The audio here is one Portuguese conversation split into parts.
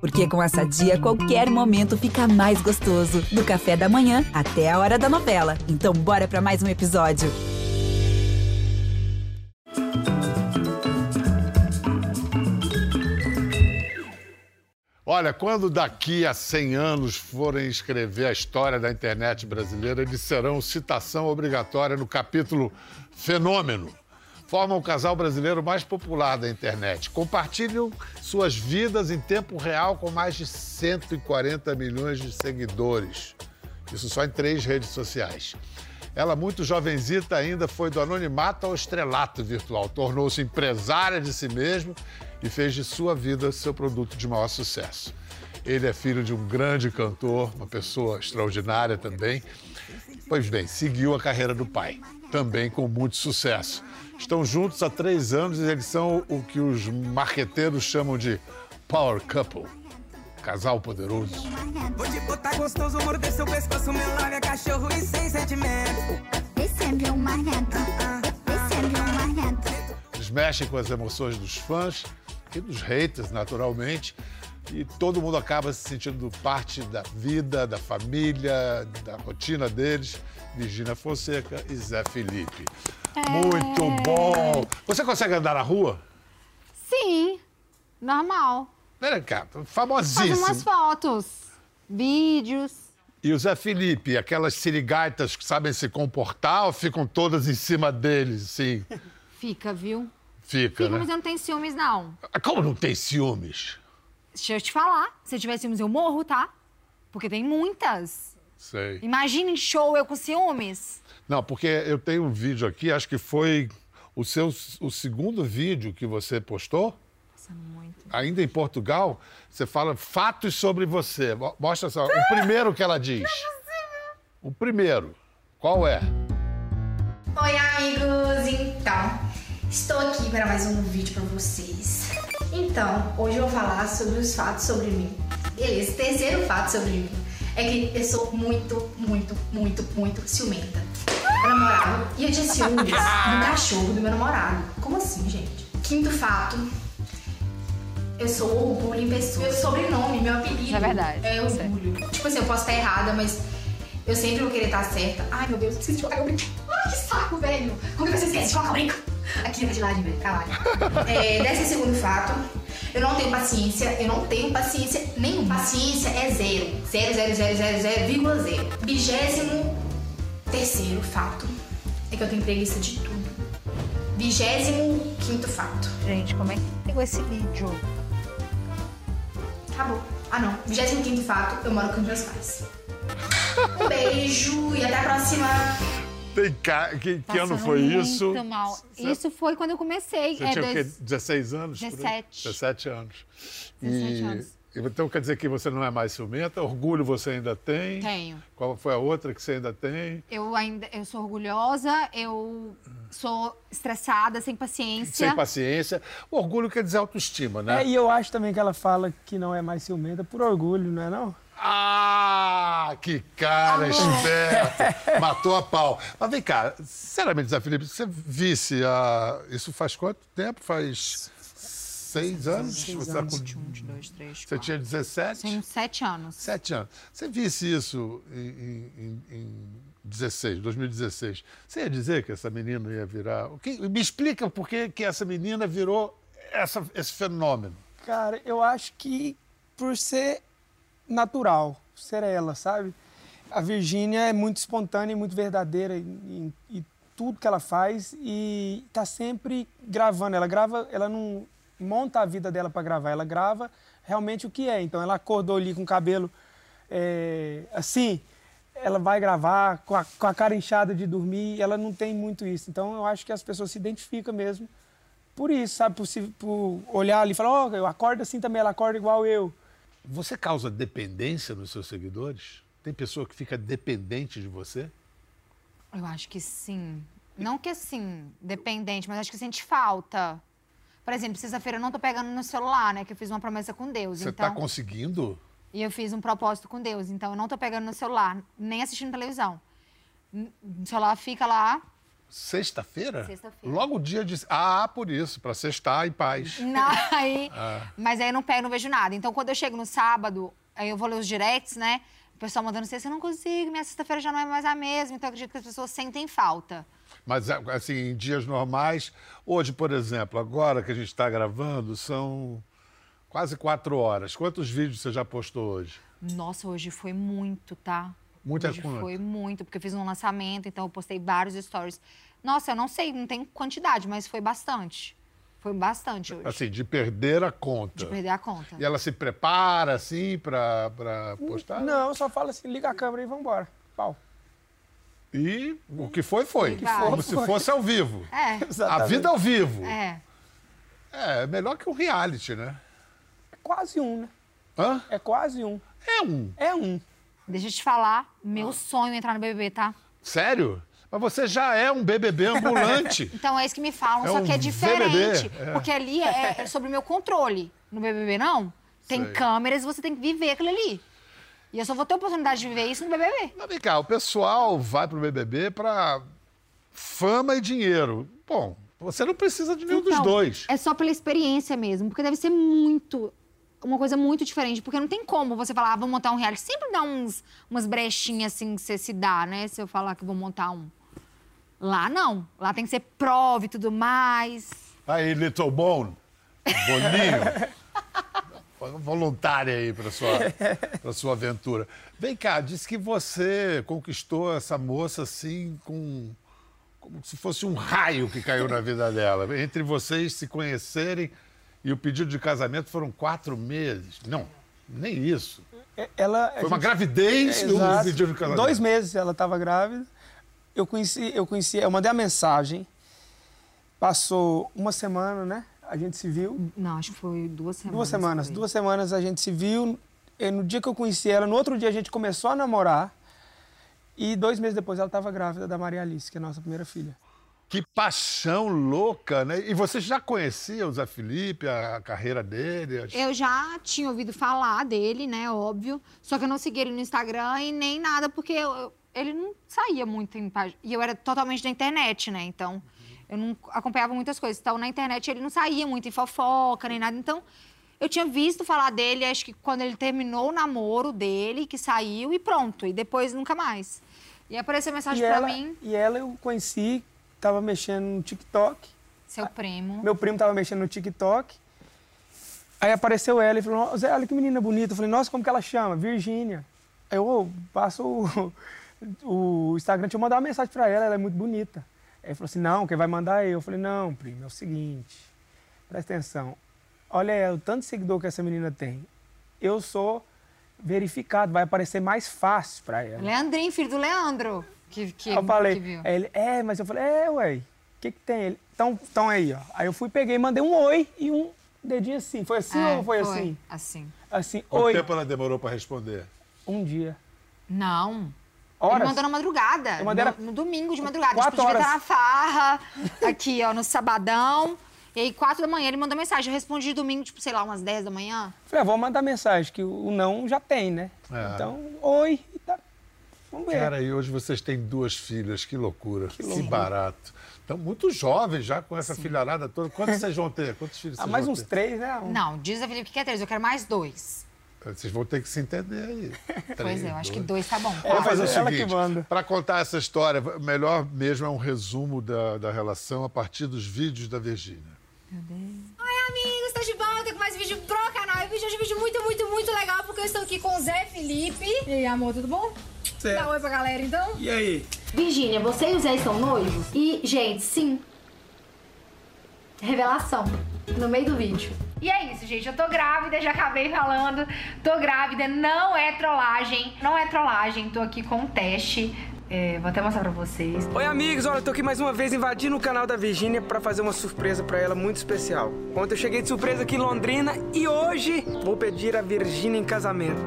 Porque com essa dia, qualquer momento fica mais gostoso. Do café da manhã até a hora da novela. Então, bora para mais um episódio. Olha, quando daqui a 100 anos forem escrever a história da internet brasileira, eles serão citação obrigatória no capítulo Fenômeno. Formam o casal brasileiro mais popular da internet. Compartilham suas vidas em tempo real com mais de 140 milhões de seguidores. Isso só em três redes sociais. Ela, muito jovenzita ainda, foi do anonimato ao estrelato virtual. Tornou-se empresária de si mesmo e fez de sua vida seu produto de maior sucesso. Ele é filho de um grande cantor, uma pessoa extraordinária também. Pois bem, seguiu a carreira do pai, também com muito sucesso. Estão juntos há três anos e eles são o que os marqueteiros chamam de power couple casal poderoso. Vou te botar gostoso, morder seu pescoço, meu lábio é cachorro e sem sentimento. Recebe um marrento, recebe um marrento. Eles mexem com as emoções dos fãs e dos haters, naturalmente. E todo mundo acaba se sentindo parte da vida, da família, da rotina deles. Virgínia Fonseca e Zé Felipe. É. Muito bom! Você consegue andar na rua? Sim, normal. Pera cá, Faz famosíssimo. umas fotos, vídeos. E o Zé Felipe, aquelas sirigaitas que sabem se comportar ou ficam todas em cima deles, assim? Fica, viu? Fica, Fica, né? mas eu não tenho ciúmes, não. Como não tem ciúmes? Deixa eu te falar. Se eu tiver ciúmes, eu morro, tá? Porque tem muitas. Sei. Imagina em show eu com ciúmes. Não, porque eu tenho um vídeo aqui, acho que foi o seu o segundo vídeo que você postou, Nossa, muito. ainda em Portugal. Você fala fatos sobre você. Mo- Mostra só, o primeiro que ela diz. é O primeiro. Qual é? Oi, amigos! Então, estou aqui para mais um vídeo para vocês. Então, hoje eu vou falar sobre os fatos sobre mim. Beleza, terceiro fato sobre mim é que eu sou muito, muito, muito, muito ciumenta. Meu namorado, e eu tinha ciúmes do cachorro do meu namorado. Como assim, gente? Quinto fato, eu sou orgulho em pessoa. Meu sobrenome, meu apelido. Isso é verdade, É isso é. orgulho. Tipo assim, eu posso estar errada, mas eu sempre vou querer estar certa. Ai, meu Deus, eu preciso de colocar meu brinco. Ai, que saco, velho. Como que você esquece de colocar o brinco? Aqui na gelagem, velho. Trabalho. é, décimo segundo fato. Eu não tenho paciência, eu não tenho paciência nenhuma. Paciência é zero. Zero, zero, zero, zero, zero, vírgula zero. Vigésimo terceiro fato é que eu tenho preguiça de tudo. Vigésimo quinto fato. Gente, como é que pegou esse vídeo? Acabou. Ah, não. 25 fato, eu moro com meus pais. Um beijo e até a próxima. Tem ca... que, que Passando ano foi Tá muito isso? Mal. Você- é Isso foi quando eu comecei. Você é tinha o quê? dois... 16 anos? por aí? 17. 17 anos. 17 anos. Então quer dizer que você não é mais ciumenta? Orgulho você ainda tem? Tenho. Qual foi a outra que você ainda tem? Eu ainda eu sou orgulhosa, eu sou estressada, sem paciência. Sem paciência. O orgulho quer dizer autoestima, né? É, e eu acho também que ela fala que não é mais ciumenta por orgulho, não é não? Ah, que cara esperto! Matou a pau. Mas vem cá, sinceramente, Zé Felipe, se você visse a. Isso faz quanto tempo? Faz seis anos? você, tá com- Um, dois, três, você quatro. tinha 17? Tenho sete anos. Sete anos. Você visse isso em, em, em- em 16, 2016. Você ia dizer que essa menina ia virar. o que- me explica por que, que essa menina virou essa- esse fenômeno. Cara, eu acho que por ser natural, por ser ela, sabe? A Virgínia é muito espontânea e muito verdadeira em, em- em tudo que ela faz e tá sempre gravando. Ela grava, ela não monta a vida dela para gravar, ela grava realmente o que é. Então ela acordou ali com o cabelo é, assim, ela vai gravar com a, com a cara inchada de dormir, ela não tem muito isso. Então eu acho que as pessoas se identificam mesmo por isso, sabe? Por, se- por olhar ali e falar, ó, eu acordo assim também, ela acorda igual eu. Você causa dependência nos seus seguidores? Tem pessoa que fica dependente de você? Eu acho que sim. Não que assim, dependente, mas acho que sente falta. Por exemplo, sexta-feira eu não tô pegando no celular, né? Que eu fiz uma promessa com Deus. Você tá então, está conseguindo? E eu fiz um propósito com Deus. Então eu não tô pegando no celular, nem assistindo televisão. N- O celular fica lá Sexta-feira? Sexta-feira. Uhum. Logo o dia de. Ah, por isso, pra sextar em paz. Não, aí, Mas aí eu não pego, não vejo nada. Então, quando eu chego no sábado, aí eu vou ler os directs, né? O pessoal mandando sexta, eu não consigo, minha sexta-feira já não é mais a mesma. Então, eu acredito que as pessoas sentem falta. Mas, assim, em dias normais, hoje, por exemplo, agora que a gente está gravando, são quase quatro horas. Quantos vídeos você já postou hoje? Nossa, hoje foi muito, tá? Muita hoje coisa. Foi muito, porque eu fiz um lançamento, então eu postei vários stories. Nossa, eu não sei, não tem quantidade, mas foi bastante. Foi bastante hoje. Assim, de perder a conta. de perder a conta. Hum, E ela se prepara, assim, pra, pra postar? Não, eu só falo assim, liga a câmera e vambora. Pau. E o que foi, foi. Vai. Como se fosse ao vivo. É, A vida ao vivo. É. é. melhor que um reality, né? É quase um, né? Hã? É quase um. É um. É um. Deixa eu te falar, meu Ah. sonho é entrar no BBB, tá? Sério? Mas você já é um BBB ambulante. Então é isso que me falam, É só que é um diferente. VBB, é. Porque ali é, é sobre o meu controle. No BBB, não? Tem Sei. câmeras e você tem que viver aquilo ali. E eu só vou ter a oportunidade de viver isso no BBB. Mas vem cá, o pessoal vai pro BBB pra fama e dinheiro. Bom, você não precisa de nenhum dos Então, dois. É só pela experiência mesmo, porque deve ser muito. Uma coisa muito diferente, porque não tem como você falar, ah, vou montar um reality. Sempre dá uns, umas brechinhas assim que você se dá, né? Se eu falar que vou montar um. Lá não. Lá tem que ser prova e tudo mais. Aí, Little Bone, Boninho, voluntária aí pra sua, pra sua aventura. Vem cá, diz que você conquistou essa moça assim com... Como se fosse um raio que caiu na vida dela. Entre vocês se conhecerem e o pedido de casamento foram quatro meses. Não, nem isso. É- Ela, a Foi uma gente- É, gravidez do Exato. pedido de casamento. Dois meses ela estava grávida. Eu conheci, eu conheci, eu mandei a mensagem. Passou uma semana, né? A gente se viu. Não, acho que foi duas semanas. Duas semanas. por aí. Duas semanas a gente se viu. E no dia que eu conheci ela, no outro dia a gente começou a namorar. E dois meses depois ela estava grávida da Maria Alice, que é a nossa primeira filha. Que paixão louca, né? E você já conhecia o Zé Felipe, a a carreira dele? as- Eu já tinha ouvido falar dele, né? Óbvio. Só que eu não segui ele no Instagram e nem nada, porque eu- eu- ele não saía muito em página. E eu era totalmente da internet, né? Então, eu não acompanhava muitas coisas. Então, na internet ele não saía muito em fofoca, nem nada. Então, eu tinha visto falar dele, acho que quando ele terminou o namoro dele, que saiu e pronto. E depois nunca mais. E apareceu a mensagem e, pra ela, mim, e ela eu conheci, tava mexendo no TikTok. seu primo. Meu primo tava mexendo no TikTok. Aí apareceu ela e falou: "Ó, Zé, olha que menina bonita. Eu falei: Nossa, como que ela chama? Virgínia. Aí eu "Ô, passo o, o Instagram, deixa eu mandar uma mensagem pra ela, ela é muito bonita. Aí ele falou assim: Não, quem vai mandar é eu. Eu falei: Não, primo, é o seguinte, presta atenção. Olha ela, o tanto de seguidor que essa menina tem. Eu sou verificado, vai aparecer mais fácil pra ela. Leandrinho, filho do Leandro. Que, que, Aí eu falei, que viu. aí ele, é, mas eu falei, é, ué, o que que tem? Ele, então, então aí, ó. Aí eu fui, peguei, mandei um oi e um dedinho assim. Foi assim É, ou foi, assim? Assim. Assim, Quanto oi, tempo ela demorou pra responder? um dia. Não. Ele Horas? mandou na madrugada. Eu mandei no, era- no domingo de madrugada. Quatro tipo, devia horas. estar na farra, aqui, ó, no sabadão. E aí, quatro da manhã, ele mandou mensagem. Eu respondi domingo, tipo, sei lá, umas 10 da manhã. Falei, ah, vou mandar mensagem, que o não já tem, né? É. Então, oi e tá. Vamos ver. Cara, e hoje vocês têm duas filhas, que loucura, que, loucura. barato. Estão muito jovens já com essa filharada toda. Quantos vocês vão ter? Quantos filhos ah, vocês mais vão uns ter? três, né? Um- Não, diz a Felipe que quer três. Eu quero mais dois. Ah, Vocês vão ter que se entender aí. Pois Três, é, eu acho que dois tá bom. Vamos fazer o mas ela que seguinte, manda. para contar essa história, melhor mesmo é um resumo da, da relação a partir dos vídeos da Virgínia. Oi, amigos, estou de volta com mais vídeo pro canal. E vídeo hoje é um vídeo muito, muito, muito legal, porque eu estou aqui com o Zé Felipe. E aí, amor, tudo bom? Dá oi pra galera, então. E aí? Virgínia, você e o Zé estão noivos? E, gente, sim. Revelação. No meio do vídeo. E é isso, gente. Eu tô grávida, já acabei falando. Tô grávida, não é trollagem. Não é trollagem. Tô aqui com um teste. É, vou até mostrar pra vocês. Oi, amigos. Olha, eu tô aqui mais uma vez invadindo o canal da Virgínia pra fazer uma surpresa pra ela muito especial. Ontem eu cheguei de surpresa aqui em Londrina e hoje vou pedir a Virgínia em casamento.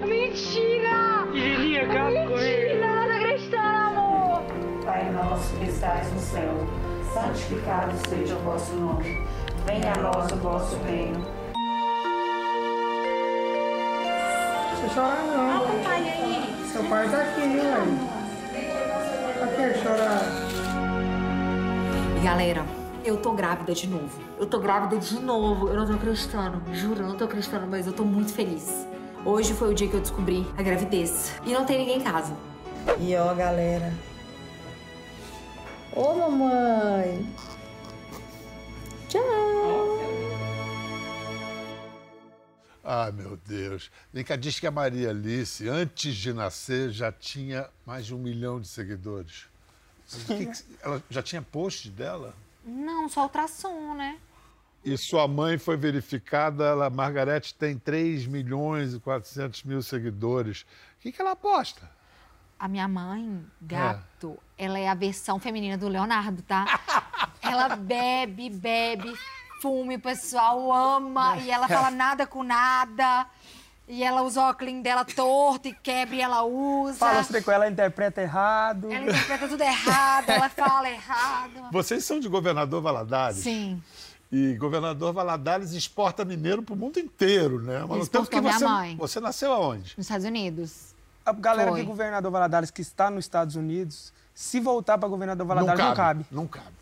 Mentira! Virgínia, casa Mentira, não tô acreditando, amor. Pai nosso que estais no céu, santificado seja o vosso nome. Venha a nós o vosso reino. Não chora não. Ah, papai, aí. Seu pai tá aqui, ué. Pra que chorar? Galera, eu tô grávida de novo. Eu tô grávida de novo. Eu não tô acreditando. Juro, eu não tô acreditando, mas eu tô muito feliz. Hoje foi o dia que eu descobri a gravidez. E não tem ninguém em casa. E ó, galera. Ô, mamãe. Ah, meu Deus. Vem cá, diz que a Maria Alice, antes de nascer, já tinha mais de um milhão de seguidores. O que que- ela já tinha post dela? Não, só ultrassom, né? E sua mãe foi verificada, ela, Margarete tem 3 milhões e 400 mil seguidores. O que, que ela aposta? A minha mãe, gato, ela é a versão feminina do Leonardo, tá? Ela bebe, bebe, fume, o pessoal ama e ela fala nada com nada. E ela usa o óculos dela torto e quebra e ela usa. Fala se com ela, interpreta errado. Ela interpreta tudo errado, ela fala errado. Vocês são de Governador Valadares? Sim. E Governador Valadares exporta mineiro pro mundo inteiro, né? Mas Exportou minha você, mãe. você nasceu aonde? Nos Estados Unidos. A galera Foi. de Governador Valadares que está nos Estados Unidos, se voltar para Governador Valadares, não cabe. Não cabe.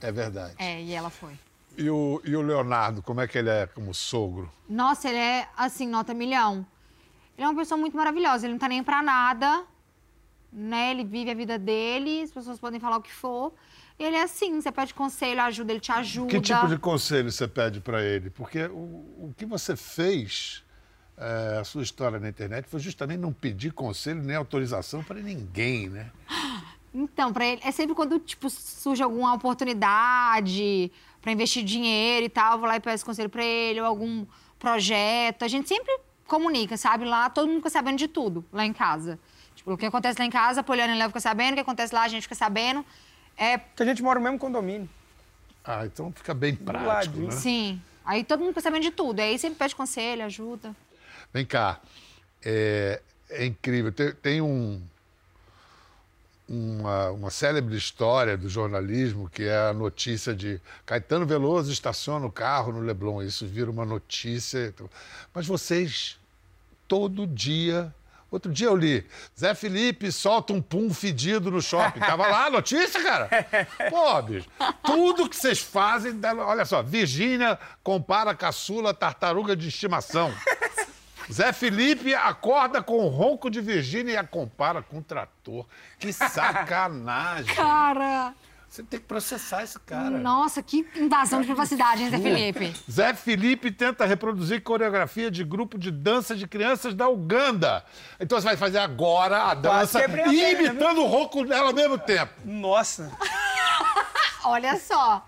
é verdade. É, e ela foi. E o, e o Leonardo, como é que ele é como sogro? Nossa, ele é, assim, nota milhão. Ele é uma pessoa muito maravilhosa, ele não tá nem pra nada, né? Ele vive a vida dele, as pessoas podem falar o que for. Ele é assim, você pede conselho, ajuda, ele te ajuda. Que tipo de conselho você pede para ele? Porque o, o que você fez, eh, a sua história na internet, foi justamente não pedir conselho nem autorização para ninguém, né? Então, pra ele, é sempre quando, tipo, surge alguma oportunidade pra investir dinheiro e tal, eu vou lá e peço conselho pra ele, ou algum projeto. A gente sempre comunica, sabe? Lá todo mundo fica sabendo de tudo, lá em casa. Tipo, o que acontece lá em casa, a Poliana e Léo fica sabendo, o que acontece lá a gente fica sabendo. É, Porque a gente mora no mesmo condomínio. Ah, então fica bem prático, ladinho. né? sim. Aí todo mundo fica sabendo de tudo. Aí sempre pede conselho, ajuda. Vem cá, é, é incrível. Tem, tem um, uma, uma célebre história do jornalismo que é a notícia de Caetano Veloso estaciona o carro no Leblon. Isso vira uma notícia. então. Mas vocês, todo dia. Outro dia eu li, Zé Felipe solta um pum fedido no shopping. Tava lá a notícia, cara. Pô, bicho, tudo que vocês fazem... dá- Olha só, Virgínia compara caçula à tartaruga de estimação. Zé Felipe acorda com o ronco de Virgínia e a compara com o trator. Que sacanagem. Cara! Você tem que processar esse cara. Nossa, que invasão de privacidade, hein, Zé Felipe? Zé Felipe tenta reproduzir coreografia de grupo de dança de crianças da Uganda. Então você vai fazer agora a dança quebrei a e perna, imitando o ronco dela ao mesmo tempo. Nossa! Olha só.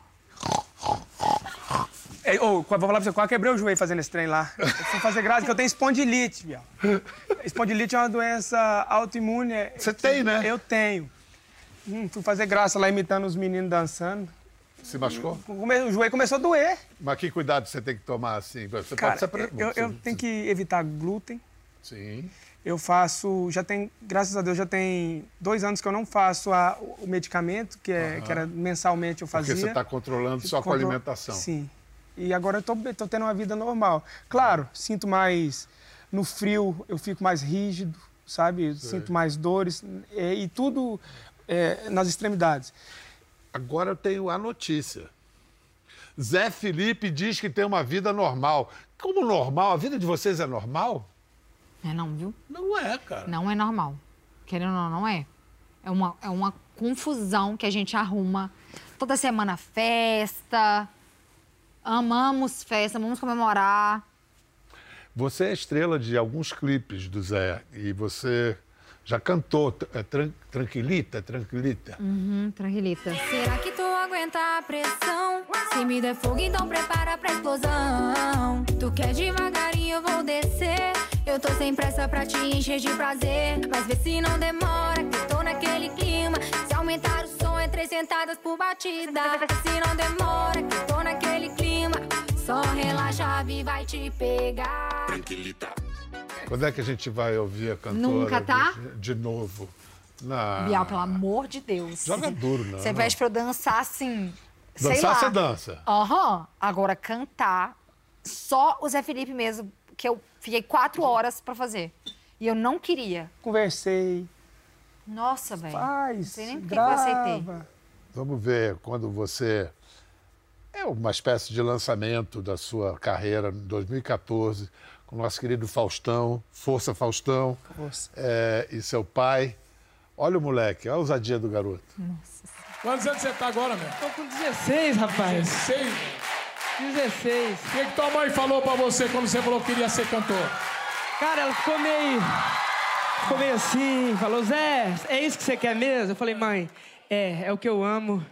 É, ô, vou falar pra você, quase quebrei o joelho fazendo esse trem lá. Eu fui fazer graça que eu tenho espondilite, Biel. Espondilite é uma doença autoimune. é- Você tem, né? Eu tenho. Hum, fui fazer graça lá imitando os meninos dançando. Se machucou? Come- O joelho começou a doer. Mas que cuidado você tem que tomar assim? Você Cara, pode se apre- eu, eu tenho que evitar glúten. Sim. Eu faço, já tem, graças a Deus, já tem dois anos que eu não faço a- o medicamento, que, é, que era mensalmente eu Porque fazia. você tá está controlando só com a Control- alimentação. Sim. E agora eu tô, be- tô tendo uma vida normal. Claro, sinto mais. No frio eu fico mais rígido, sabe? Eu Sinto mais dores. é, E, tudo é, nas extremidades. Agora eu tenho a notícia. Zé Felipe diz que tem uma vida normal. Como normal? A vida de vocês é normal? É não, viu? Não é, cara. Não é normal. Querendo ou não, não é. É uma, é uma confusão que a gente arruma. Toda semana festa. Amamos festa, vamos comemorar. Você é estrela de alguns clipes do Zé e você já cantou t- é, tran- Tranquilita, Tranquilita. Hum, tranquilita. Será que tu aguenta a pressão? Se me der fogo, então prepara pra explosão. Tu quer devagarinho, eu vou descer. Eu tô sem pressa pra te encher de prazer. Mas vê se não demora, que tô naquele clima. Se aumentar o som, é três sentadas por batida. Vê se não demora, que tô naquele clima. Só relaxa, a Vi vai te pegar. Quando é que a gente vai ouvir a cantora? Nunca, tá? Virgínia, De novo. Na... Bial, pelo amor de Deus. Ah. Joga duro, não, Você não. pede pra eu dançar assim. sei Dançar, lá. você dança. Aham. Agora, cantar, só o Zé Felipe mesmo, Uhum. que eu fiquei quatro horas pra fazer. E eu não queria. Conversei, Nossa, velho. Não Faz, sei nem por que que eu aceitei. grava. Vamos ver quando você. É uma espécie de lançamento da sua carreira em 2014, com o nosso querido Faustão, Força Faustão, Força. é, e seu pai. Olha o moleque, olha a ousadia do garoto. Quantos anos você tá agora, meu? Tô com 16, rapaz. 16? 16. O que, que tua mãe falou pra você quando você falou que queria ser cantor? Cara, ela ficou meio. Ficou meio assim, falou, Zé, é isso que você quer mesmo? Eu falei, mãe, é, é o que eu amo,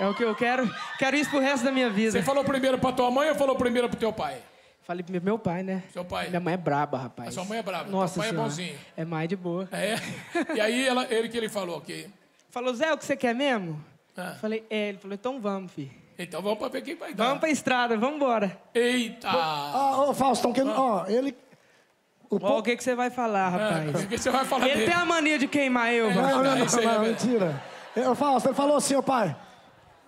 é o que eu quero, quero isso pro resto da minha vida. Você falou primeiro pra tua mãe ou falou primeiro pro teu pai? Falei pro meu pai, né? Seu pai. Minha mãe é braba, rapaz. A sua mãe é braba, Nossa teu pai é Senhora. bonzinho. É mais de boa. É? E aí ela- ele que ele falou que. Falou, Zé, é o que você quer mesmo? Ah. Falei, é. Ele falou, então vamos, filho. Então vamos pra ver quem vai dar. Vamos pra estrada, vamos embora. Eita! Ah. Ó, Ah, ô, Faustão, que, ó, ele... O Ó, o que, que você vai falar, rapaz? o que que você vai falar Ele dele? tem a mania de queimar eu, É. Não, mano. não, não, não, mentira. Eu, Fausto, ele falou assim, ô pai,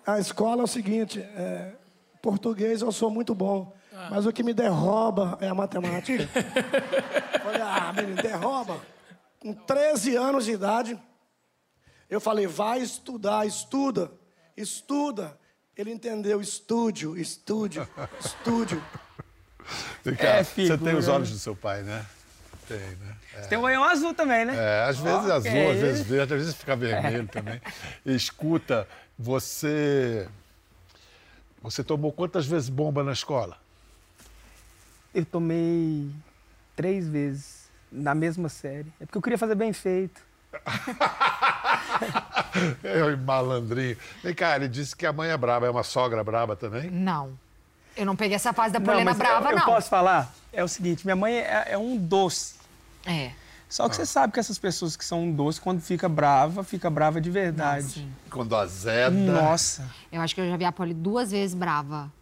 a escola é o seguinte, é, português eu sou muito bom, mas o que me derroba é a matemática. falei, ah, menino, derroba. Com 13 anos de idade, eu falei, vai estudar, estuda, estuda. Ele entendeu, estúdio, estúdio, estúdio. Ricardo, você figura, tem os olhos né? do seu pai, né? Tem, né? É. Tem um banhão azul também, né? É, às vezes Ó, azul, que às vezes isso. verde, às vezes fica vermelho também. Escuta, você. Você tomou quantas vezes bomba na escola? Eu tomei três vezes na mesma série. É porque eu queria fazer bem feito. Eu, malandrinho. Vem cá, ele disse que a mãe é braba, é uma sogra braba também? Não. Eu não peguei essa fase da Polena mas eu- Brava, eu, não. posso falar? É o seguinte, minha mãe é, é um doce. É. Só que você sabe que essas pessoas que são um doce, quando fica brava, fica brava de verdade. Quando azeda. Nossa. Eu acho que eu já vi a Polly duas vezes brava.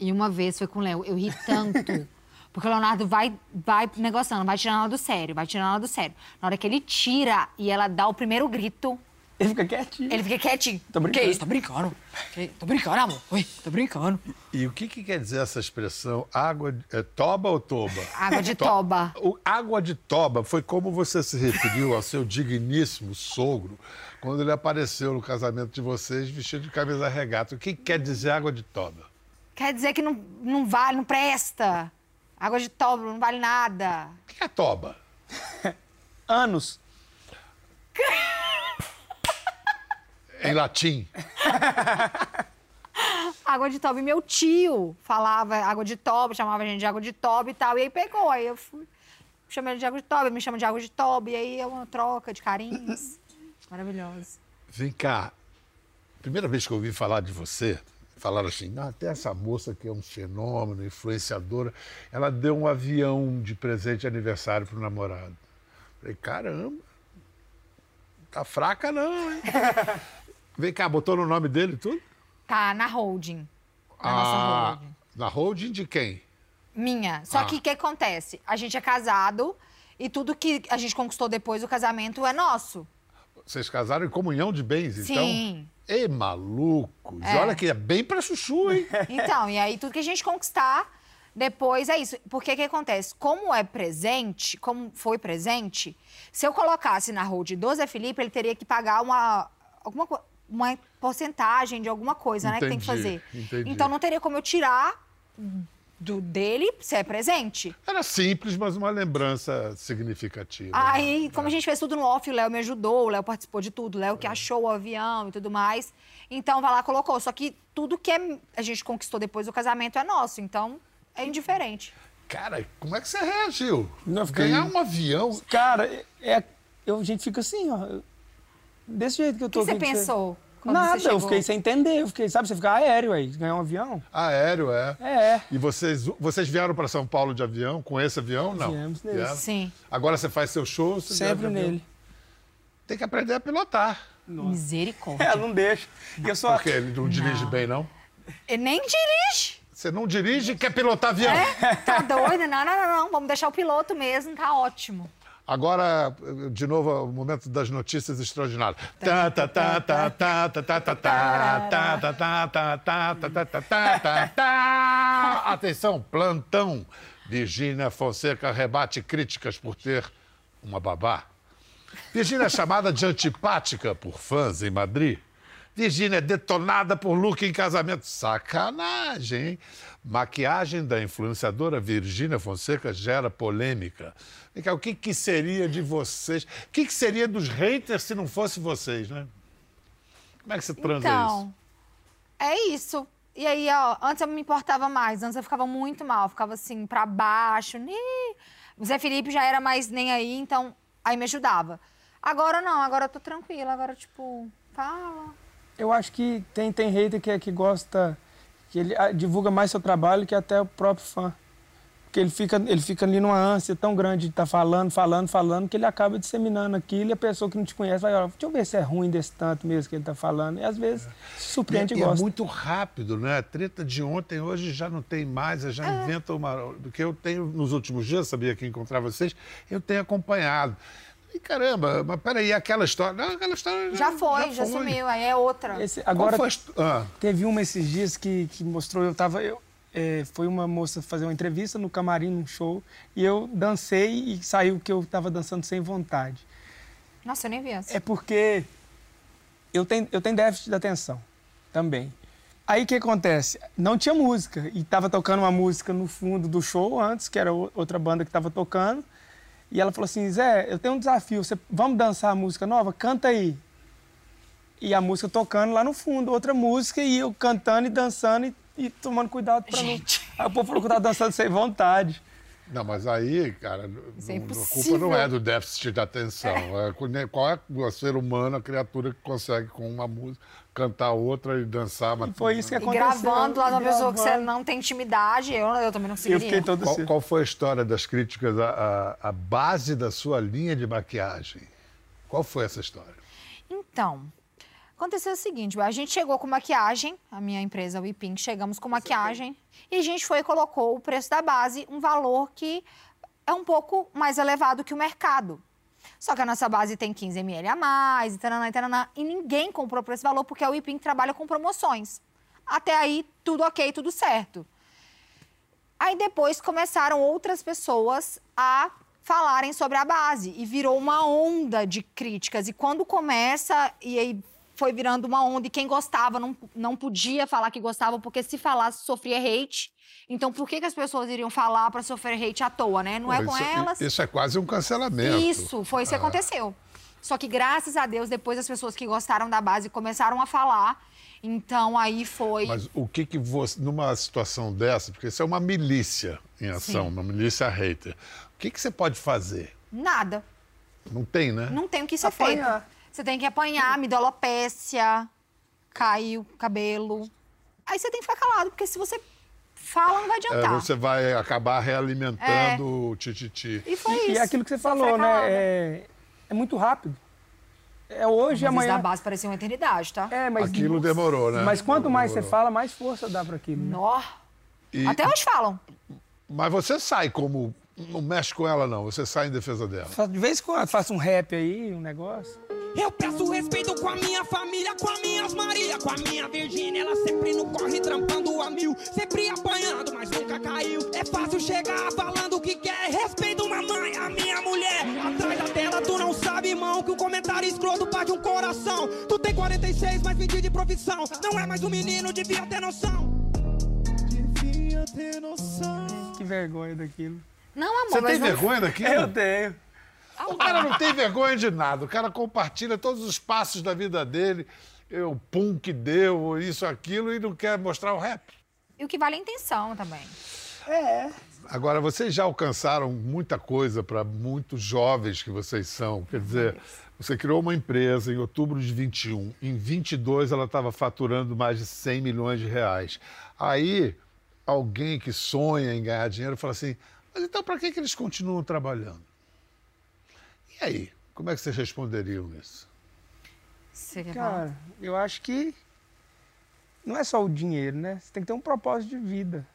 E uma vez foi com o Léo. Eu ri tanto. Porque o Leonardo vai, vai negociando, vai tirando ela do sério, vai tirando ela do sério. Na hora que ele tira e ela dá o primeiro grito. Ele fica quietinho. Ele fica quietinho. Tô brincando. Que isso, tá brincando? Que- Tô brincando, amor. Oi, tô brincando. E o que, que quer dizer essa expressão? Água de, é toba ou toba? Água de To- toba. O água de toba foi como você se referiu ao seu digníssimo sogro quando ele apareceu no casamento de vocês vestido de camisa regata. O que que quer dizer água de toba? Quer dizer que não, não vale, não presta. Água de toba, não vale nada. O que é toba? Anos. Em latim. Água de toba. E meu tio falava água de toba, chamava a gente de água de toba e tal. E aí pegou. Aí eu fui, chamei ele de água de toba, ele me chama de água de toba. E aí é uma troca de carinhos. Maravilhoso. Vem cá. Primeira vez que eu ouvi falar de você, falaram assim, "Ah, até essa moça que é um fenômeno, influenciadora, ela deu um avião de presente de aniversário pro namorado. Falei, caramba, tá fraca não, hein? Vem cá, botou no nome dele tudo? Tá, na holding. Na Ah, nossa holding. Na holding de quem? Minha. Só Ah. que o que acontece? A gente é casado e tudo que a gente conquistou depois do casamento é nosso. Vocês casaram em comunhão de bens, então? Sim. Ei, maluco! É. E olha que é bem pra chuchu, hein? Então, e aí tudo que a gente conquistar depois é isso. Porque o que acontece? Como é presente, como foi presente, se eu colocasse na hold do Zé Felipe, ele teria que pagar uma, alguma, co- uma porcentagem de alguma coisa, né? Que tem que Entendi, fazer. entendi. Então não teria como eu tirar do dele se é presente. Era simples, mas uma lembrança significativa. Aí, como a gente fez tudo no off, o Léo me ajudou, o Léo participou de tudo, o Léo É. que achou o avião e tudo mais. Então, vai lá, colocou. Só que tudo que é- a gente conquistou depois do casamento é nosso, então é indiferente. Cara, como é que você reagiu? Não, fiquei- Ganhar um avião? Cara, é, eu, a gente fica assim, ó. Desse jeito que eu O que tô você aqui, pensou quando Nada, você eu chegou? fiquei sem entender. Eu fiquei, sabe, você fica aéreo aí, ganhar um avião. Aéreo, é. É. E vocês, vocês vieram para São Paulo de avião, com esse avião? Não. Viemos nele. Vieram? Sim. Agora você faz seu show? Você Sempre viaja de avião. nele. Tem que aprender a pilotar. Misericórdia. Ela não deixa. E eu sou Porque ele não dirige bem, não? Ele nem dirige. Você não dirige e quer pilotar avião. Tá doido? Não, não, não, não. Vamos deixar o piloto mesmo, tá ótimo. Agora, de novo, o momento das notícias extraordinárias. Tá, tá, tá, tá, tá, tá, tá, tá, tá, tá, tá, tá, tá, tá, tá, tá, tá, tá, tá, tá. Atenção, plantão. Virgínia Fonseca rebate críticas por ter uma babá. Virgínia é chamada de antipática por fãs em Madrid. Virgínia é detonada por Luke em casamento. Sacanagem, hein? Maquiagem da influenciadora Virgínia Fonseca gera polêmica. Vem cá, o que, que seria de vocês? O que, que seria dos haters se não fosse vocês, né? Como é que você transa isso? Então, é isso. E aí, ó, antes eu me importava mais, antes eu ficava muito mal, ficava assim, pra baixo. Ih, o Zé Felipe já era mais nem aí, então aí me ajudava. Agora não, agora eu tô tranquila, agora tipo, fala. Eu acho que tem, tem hater que, que gosta, que ele ah, divulga mais seu trabalho que até o próprio fã. Porque ele fica, ele fica ali numa ânsia tão grande de estar falando, falando, falando, que ele acaba disseminando aquilo e a pessoa que não te conhece vai, olha, deixa eu ver se é ruim desse tanto mesmo que ele está falando. E às vezes se surpreende E- e, e é gosta. muito rápido, né? A treta de ontem, hoje já não tem mais, já É. inventa uma. Porque eu tenho, nos últimos dias, sabia que ia encontrar vocês, eu tenho acompanhado. E caramba, mas peraí, aquela história. Não, aquela história. Já foi, já, sumiu, aí é outra. Esse- agora foi a histó- Ah. teve uma esses dias que, que mostrou eu tava eu é, foi uma moça fazer uma entrevista no camarim num show e eu dancei e saiu que eu tava dançando sem vontade. Nossa, eu nem vi essa. É porque eu tenho, eu tenho déficit de atenção também. Aí o que acontece? Não tinha música. E tava tocando uma música no fundo do show antes, que era o- outra banda que tava tocando. E ela falou assim: Zé, eu tenho um desafio. Você, vamos dançar a música nova? Canta aí. E a música tocando lá no fundo, outra música, e eu cantando e dançando e, e tomando cuidado pra não. Aí o povo falou que eu tava dançando sem vontade. Não, mas aí, cara, Isso é não- a culpa impossível. não é do déficit de atenção. É. co- né, qual é o ser humano, a criatura que consegue, com uma música, cantar outra e dançar? Mas... foi isso que E gravando lá de uma pessoa que você é não tem intimidade, eu, eu também não conseguiria. qual, qual foi a história das críticas à, à- à base da sua linha de maquiagem? Qual foi essa história? Então, aconteceu o seguinte: a gente chegou com maquiagem, a minha empresa, o Ipink, chegamos com maquiagem e a gente foi e colocou o preço da base, um valor que é um pouco mais elevado que o mercado. Só que a nossa base tem 15 ml a mais, e, taraná, e, taraná, e ninguém comprou por esse valor porque a Ipink trabalha com promoções. Até aí, tudo ok, tudo certo. Aí depois começaram outras pessoas a falarem sobre a base e virou uma onda de críticas. E quando começa, e aí foi virando uma onda, e quem gostava não, não podia falar que gostava, porque se falasse sofria hate. Então por que, que as pessoas iriam falar pra sofrer hate à toa, né? Não é Pô, com isso, elas. Isso é quase um cancelamento. Isso, foi isso que Ah. aconteceu. Só que graças a Deus, depois as pessoas que gostaram da base começaram a falar. Então aí foi. Mas o que que você, numa situação dessa, porque isso é uma milícia em ação, Sim. uma milícia hater, o que que você pode fazer? Nada. Não tem, né? Não tem o que ser Apanhar. feito. Você tem que apanhar, amidalopécia, caiu o cabelo. Aí você tem que ficar calado, porque se você fala, não vai É, adiantar. você vai acabar É. realimentando o tititi. E foi E, e É isso. aquilo que você falou, né? É, é muito rápido. É hoje, Mas amanhã. da base parecia uma eternidade, tá? É, mas Aquilo demorou, né? Mas quanto mais você Demorou. fala, mais força dá para aquilo. Nó. E- Até hoje falam. Mas você sai como. Não mexe com ela, não. Você sai em defesa dela. De vez em quando faço um rap aí, um negócio. Eu peço respeito com a minha família, com as minhas Maria, com a minha Virgínia. Ela sempre no corre, trampando a mil, sempre apanhando, mas nunca caiu. É fácil chegar falando o que quer. Respeito mamãe, a minha mulher. Atrás da tela, tu não sabe, irmão, que um comentário escroto parte um coração. Tu tem 46, mas 20 de profissão. Não é mais um menino, devia ter noção. Devia ter noção. Que vergonha daquilo. Não, amor, Você mas tem não- vergonha daquilo? É, Eu tenho. O cara não tem vergonha de nada. O cara compartilha todos os passos da vida dele. Eu, o pum que deu, isso, aquilo, e não quer mostrar o rap. E o que vale é a intenção também. É. Agora, vocês já alcançaram muita coisa para muitos jovens que vocês são. Quer dizer, você criou uma empresa em outubro de 21. Em 22, ela estava faturando mais de 100 milhões de reais. Aí, alguém que sonha em ganhar dinheiro fala assim: mas então para que, que eles continuam trabalhando? E aí? Como é que vocês responderiam isso? Você quer falar? Cara, eu acho que não é só o dinheiro, né? Você tem que ter um propósito de vida.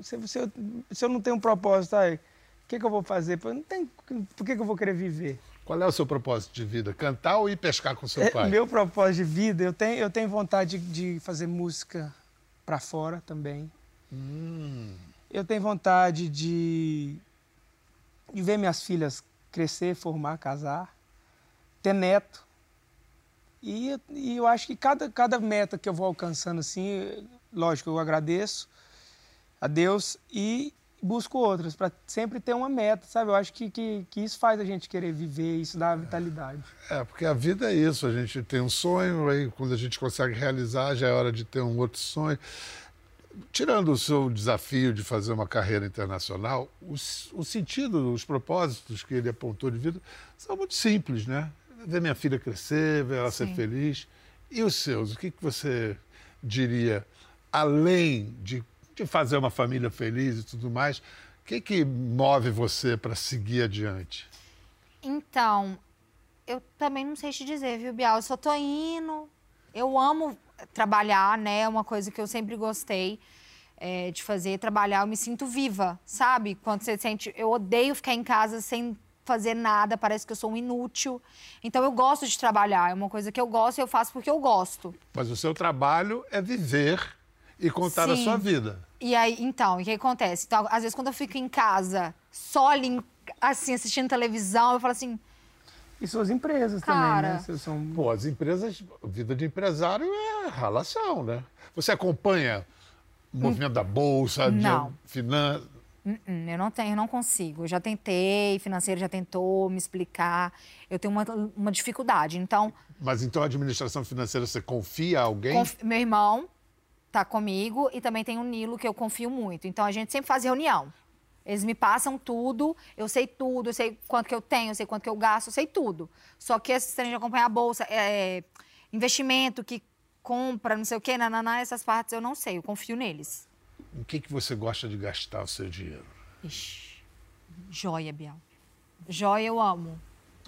Se, se eu, se eu não tenho um propósito, aí, o que, que eu vou fazer? Pô, Não tem, por que, que eu vou querer viver? Qual é o seu propósito de vida? Cantar ou ir pescar com seu É, pai? Meu propósito de vida, eu tenho, eu tenho vontade de, de fazer música pra fora também. Hum. Eu tenho vontade de, de ver minhas filhas crescer, formar, casar. ter neto. E, e eu acho que cada, cada meta que eu vou alcançando, assim, lógico, eu agradeço a Deus e busco outras, para sempre ter uma meta, sabe? Eu acho que, que, que isso faz a gente querer viver, isso dá vitalidade. É, porque a vida é isso. A gente tem um sonho, aí quando a gente consegue realizar, já é hora de ter um outro sonho. Tirando o seu desafio de fazer uma carreira internacional, o, s- o sentido, os propósitos que ele apontou de vida são muito simples, né? Ver minha filha crescer, ver ela ser Sim. feliz. E os seus? O que, que você diria, além de, de fazer uma família feliz e tudo mais, o que, que move você para seguir adiante? Então, eu também não sei te dizer, viu, Bial? Eu só tô indo. Eu amo trabalhar, né? É uma coisa que eu sempre gostei é, de fazer, trabalhar. Eu me sinto viva, sabe? Quando você sente. Eu odeio ficar em casa sem fazer nada, parece que eu sou um inútil. Então, eu gosto de trabalhar. É uma coisa que eu gosto e eu faço porque eu gosto. Mas o seu trabalho é viver e contar a Sim. sua vida. E aí, então, o que acontece? Então, às vezes, quando eu fico em casa, só ali, em- assim, assistindo televisão, eu falo assim. E suas empresas Cara. também, né? São... Pô, as empresas, a vida de empresário é ralação, né? Você acompanha o movimento da bolsa, de Não. finanças. "Hum, hum, eu não tenho, eu não consigo. Eu já tentei, financeiro já tentou me explicar. Eu tenho uma, uma dificuldade. Então, Mas então a administração financeira você confia a alguém? conf- meu irmão tá comigo e também tem o Nilo, que eu confio muito. Então, a gente sempre faz reunião. Eles me passam tudo, eu sei tudo, eu sei quanto que eu tenho, eu sei quanto que eu gasto, eu sei tudo. Só que esses trem de acompanhar a bolsa, é, investimento que compra, não sei o quê, nananá, essas partes eu não sei, eu confio neles. Em que, que você gosta de gastar o seu dinheiro? Joia, Biel. Joia eu amo.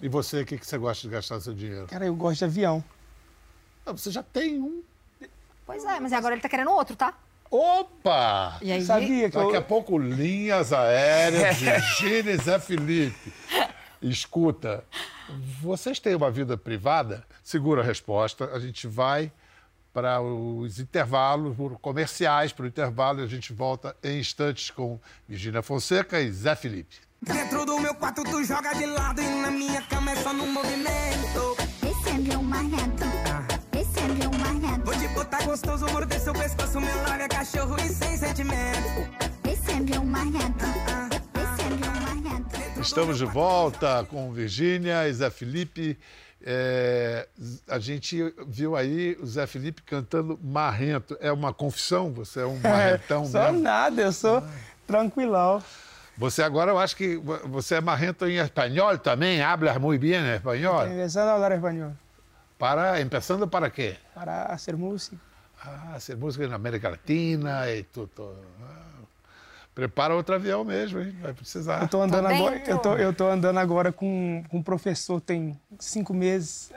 E você, o que, que você gosta de gastar o seu dinheiro? Cara, eu gosto de avião. você já tem um. Pois é, mas agora ele tá querendo outro, tá? Opa! E aí? Sabia Sabia que que Então, Daqui eu- a pouco, linhas aéreas de Gina e Zé Felipe. Escuta, vocês têm uma vida privada? Segura a resposta. A gente vai para os intervalos para os comerciais, para o intervalo, e a gente volta em instantes com Virginia Fonseca e Zé Felipe. Dentro do meu quarto tu joga de lado e na minha cama é só no movimento. Descendo o marrento, descendo o marrento. Vou te botar gostoso, morder seu pescoço, meu lábio é cachorro e sem sentimento. Ah, Descendo o marrento, descendo o marrento. Estamos de volta com Virgínia e Zé Felipe. É, a gente viu aí o Zé Felipe cantando marrento. É uma confissão? Você é um marrentão sou mesmo? Ah. nada, eu sou tranquilão. Você agora, eu acho que vo- você é marrento em espanhol também? Hablas muy bien espanhol? Começando é a falar espanhol. Para, empezando para quê? Para ser música. Ah, ser música na América Latina e tudo. Ah, Prepara outro avião mesmo, hein? Vai precisar. Eu tô andando Tá agora, eu tô, eu tô andando agora com, com um professor, tem cinco meses.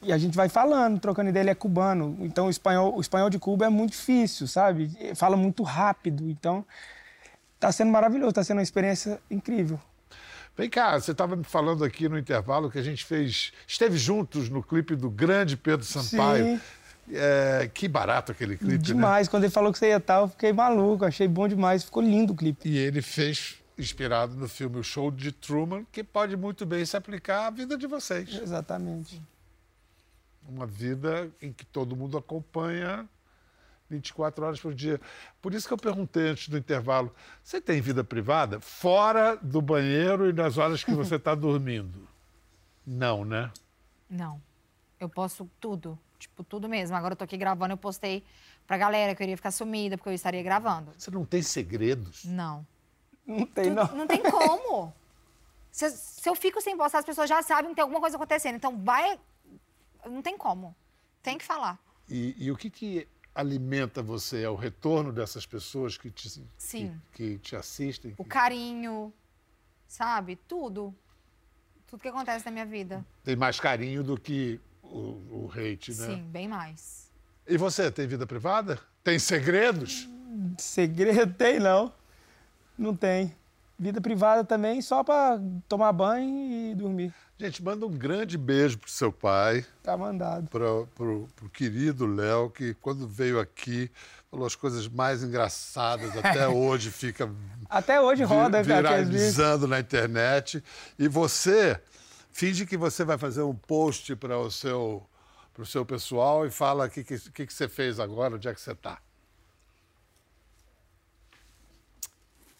E a gente vai falando, trocando ideia, ele é cubano. Então o espanhol, o espanhol de Cuba é muito difícil, sabe? Fala muito rápido. Então tá sendo maravilhoso, tá sendo uma experiência incrível. Vem cá, você estava me falando aqui no intervalo que a gente fez. Esteve juntos no clipe do grande Pedro Sampaio. Sim. É, que barato aquele clipe, né? Demais. Quando ele falou que você ia estar, eu fiquei maluco, achei bom demais. Ficou lindo o clipe. E ele fez inspirado no filme O Show de Truman, que pode muito bem se aplicar à vida de vocês. Exatamente. Uma vida em que todo mundo acompanha 24 horas por dia. Por isso que eu perguntei antes do intervalo: você tem vida privada? Fora do banheiro e nas horas que você está dormindo? Não, né? Não. Eu posto tudo. Tipo, tudo mesmo. Agora eu tô aqui gravando, eu postei pra galera que eu iria ficar sumida, porque eu estaria gravando. Você não tem segredos? Não. Não tem, não. Não tem como. Se, se eu fico sem postar, as pessoas já sabem que tem alguma coisa acontecendo. Então vai. Não tem como. Tem que falar. E, e o que, que alimenta você? É o retorno dessas pessoas que te, que- Sim. Que, te assistem? O carinho, sabe? Tudo. Tudo que acontece na minha vida. Tem mais carinho do que o, o hate, né? Sim, bem mais. E você, tem vida privada? Tem segredos? Segredo tem, não. Não tem. Vida privada também, só pra tomar banho e dormir. Gente, manda um grande beijo pro seu pai. Tá mandado. Pro, pro, pro querido Léo, que quando veio aqui, falou as coisas mais engraçadas, até hoje fica Até hoje vi- roda, cara, aqueles vídeos. viralizando na internet. E você Finge que você vai fazer um post para o seu, pro seu pessoal e fala o que, que, que, que você fez agora, onde é que você está.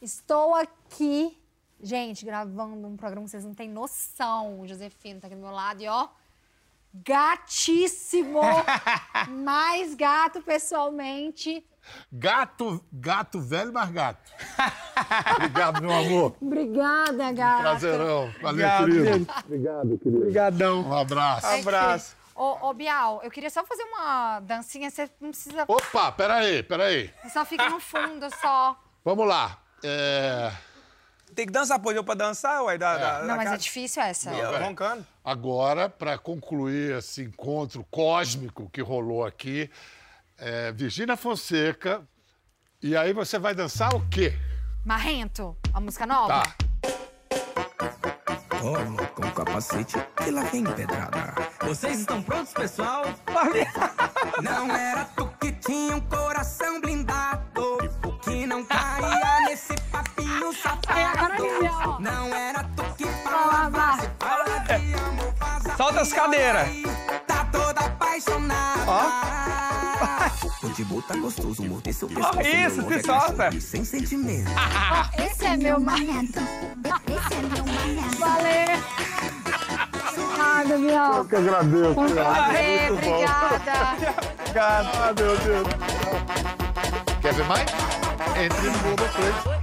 Estou aqui, gente, gravando um programa que vocês não têm noção. O Josefino tá aqui do meu lado e ó, gatíssimo! mais gato pessoalmente. Gato, gato velho, mas gato. Obrigado, meu amor. Obrigada, gato. Prazerão. Valeu, Obrigado, querido. gente. Obrigado, querido. Obrigadão. Um abraço. Abraço. É Ô, ô, Bial, eu queria só fazer uma dancinha, você não precisa. Opa, peraí, peraí. Você só fica no fundo só. Vamos lá. É... Tem que dançar, pô, deu pra dançar, ué, da, da, Não, mas é difícil essa. roncando. Agora, para concluir esse encontro cósmico que rolou aqui, é, Virgínia Fonseca. E aí você vai dançar o quê? Marrento, a música nova? Tá. Toma com capacete e lá vem pedrada. Vocês estão prontos, pessoal? Não era tu que tinha um coração blindado. O que não caía nesse papinho safado. Não era tu que falava. Se fala de amor, faz a Solta as cadeiras. Tá toda apaixonada. Ó. O Dibu tá gostoso, mordei seu pescoço. isso, meu se olho é solta. gostoso e Sem sentimento. Esse é meu marrento. Esse é meu marrento. Valeu. Obrigada, Bial. que agradeço. Valeu, obrigada. Obrigado. Ah, meu Deus. Quer ver mais? Entre no Globoplay.